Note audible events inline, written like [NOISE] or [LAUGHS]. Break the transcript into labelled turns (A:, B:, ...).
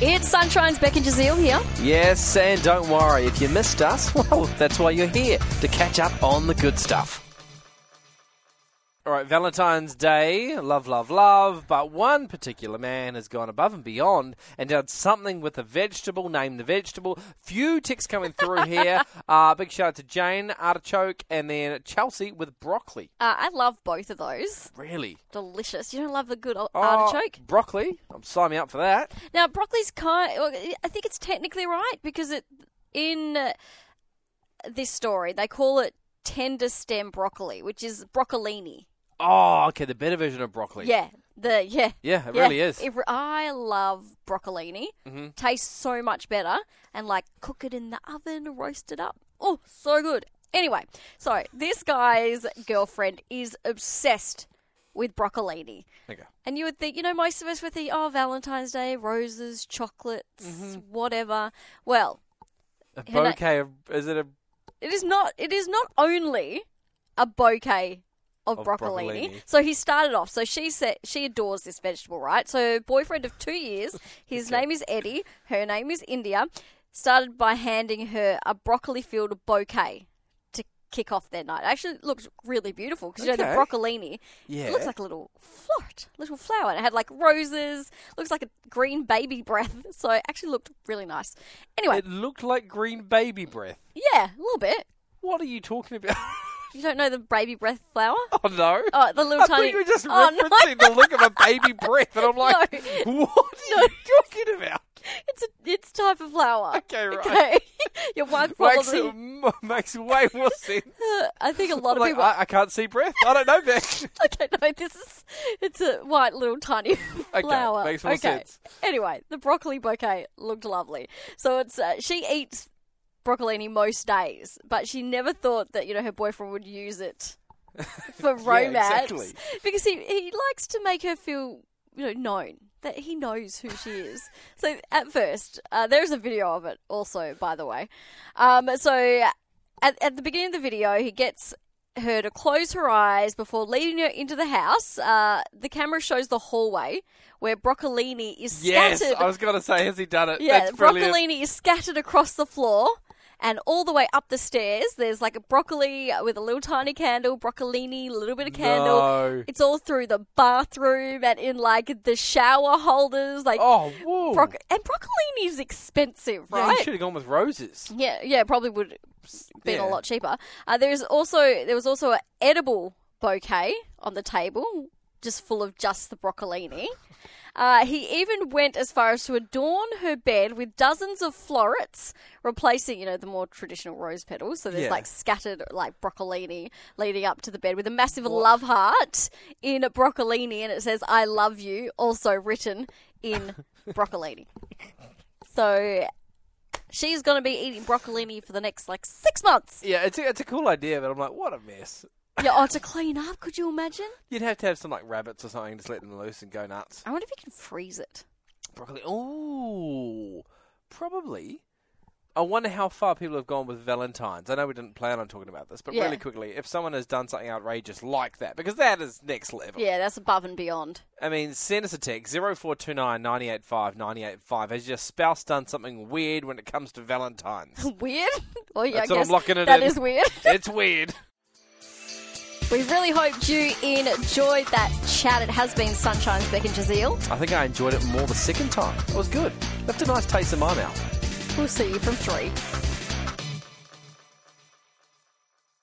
A: It's Sunshine's Becky Jazeel here.
B: Yes, and don't worry, if you missed us, [LAUGHS] well, that's why you're here, to catch up on the good stuff. All right, Valentine's Day, love, love, love, but one particular man has gone above and beyond and done something with a vegetable, name the vegetable. Few ticks coming
A: [LAUGHS]
B: through here. Uh, big shout out to Jane, Artichoke, and then Chelsea with broccoli.
A: Uh, I love both of those.
B: Really?
A: Delicious. You don't love the good old
B: Oh,
A: artichoke?
B: Broccoli? I'm signing up for that.
A: Now, broccoli's kind. well, I think it's technically right because it in uh, this story they call it tender stem broccoli, which is broccolini.
B: Oh, okay, the better version of broccoli.
A: Yeah, the yeah.
B: Yeah, it really is. Mm-hmm.
A: It re- I love broccolini. Tastes so much better, and like cook it in the oven, roast it up. Oh, so good. Anyway, so this guy's girlfriend is obsessed with broccolini.
B: Okay.
A: And you would think, you know, most of us would think, oh, Valentine's Day, roses, chocolates,
B: Mm-hmm.
A: whatever. Well,
B: A
A: And I-
B: bouquet of, is it a
A: it is not. It is not only a bouquet of,
B: Of
A: broccolini.
B: broccolini.
A: So he started off. So she said she adores this vegetable, right? So boyfriend of two years.
B: [LAUGHS]
A: His name is Eddie. Her name is India. Started by handing her a broccoli filled bouquet to kick off their night. Actually, it looked really beautiful because you know
B: Okay.
A: the broccolini.
B: Yeah.
A: It looks like a little floret, little flower. And it had like roses. Looks like a green baby breath. [LAUGHS] So it actually looked really nice. Anyway,
B: [LAUGHS] It looked like green baby breath.
A: yeah, a little bit.
B: What are you talking about? [LAUGHS]
A: You don't know the baby breath flower?
B: oh no.
A: Oh, the little tiny.
B: I thought you were just
A: oh, no.
B: referencing the look of a baby breath, and I'm like,
A: [LAUGHS] No.
B: what are
A: No.
B: you talking about?
A: [LAUGHS] It's a it's type of flower. [LAUGHS]
B: Okay, right.
A: Okay. Your wife
B: Makes, it,
A: probably.
B: m- makes way more sense.
A: [LAUGHS] I think a lot
B: I'm
A: of
B: like,
A: people.
B: I, I can't see breath. I don't know [LAUGHS] that.
A: [LAUGHS] okay, no, this is it's a white little tiny [LAUGHS] flower.
B: makes more sense.
A: Anyway, the broccoli bouquet looked lovely. So it's uh, she eats broccolini most days, but she never thought that you know her boyfriend would use it
B: [LAUGHS]
A: for romance
B: exactly.
A: because he he likes to make her feel you know known that he knows who she
B: [LAUGHS]
A: is. so at first, uh, there's a video of it also, by the way. Um, so at, at the beginning of the video, he gets her to close her eyes before leading her into the house. Uh, the camera shows the hallway where broccolini is
B: Yes,
A: scattered.
B: I was going to say, has he done it?
A: yeah,
B: That's brilliant.
A: broccolini is scattered across the floor. And all the way up the stairs, there's like a broccoli with a little tiny candle, broccolini, a little bit of candle.
B: No.
A: It's all through the bathroom and in like the shower holders. Like,
B: Oh, whoa.
A: broc- and broccolini is expensive,
B: Yeah,
A: right?
B: you should have gone with roses.
A: Yeah, yeah, probably would have been a
B: Yeah.
A: lot cheaper. Uh, there's also there was also an edible bouquet on the table, just full of just the broccolini. Uh, he even went as far as to adorn her bed with dozens of florets, replacing you know the more traditional rose petals. So there's
B: Yeah.
A: like scattered like broccolini leading up to the bed with a massive love heart in broccolini, and it says "I love you," also written in
B: [LAUGHS]
A: broccolini. So she's going to be eating broccolini for the next like six months.
B: Yeah, it's a, it's a cool idea, but I'm like, what a mess.
A: Yeah, oh, to clean up. Could you imagine?
B: You'd have to have some like rabbits or something, just let them loose and go nuts.
A: I wonder if you can freeze it.
B: Broccoli. Ooh, probably. I wonder how far people have gone with Valentine's. I know we didn't plan on talking about this, but
A: Yeah.
B: really quickly, if someone has done something outrageous like that, because that is next level.
A: Yeah, that's above and beyond. [LAUGHS]
B: I mean, send us a text 0429 985 985. Has your spouse done something weird when it comes to Valentine's?
A: Weird. Well, [LAUGHS] yeah,
B: That's
A: I
B: what I'm
A: guess
B: locking it
A: that
B: in.
A: is weird.
B: [LAUGHS] it's weird.
A: we really hoped you enjoyed that chat. It has been Sunshine's Beck and Jazeel.
B: I think I enjoyed it more the second time. It was good. Left a nice taste in my mouth.
A: We'll see you from three.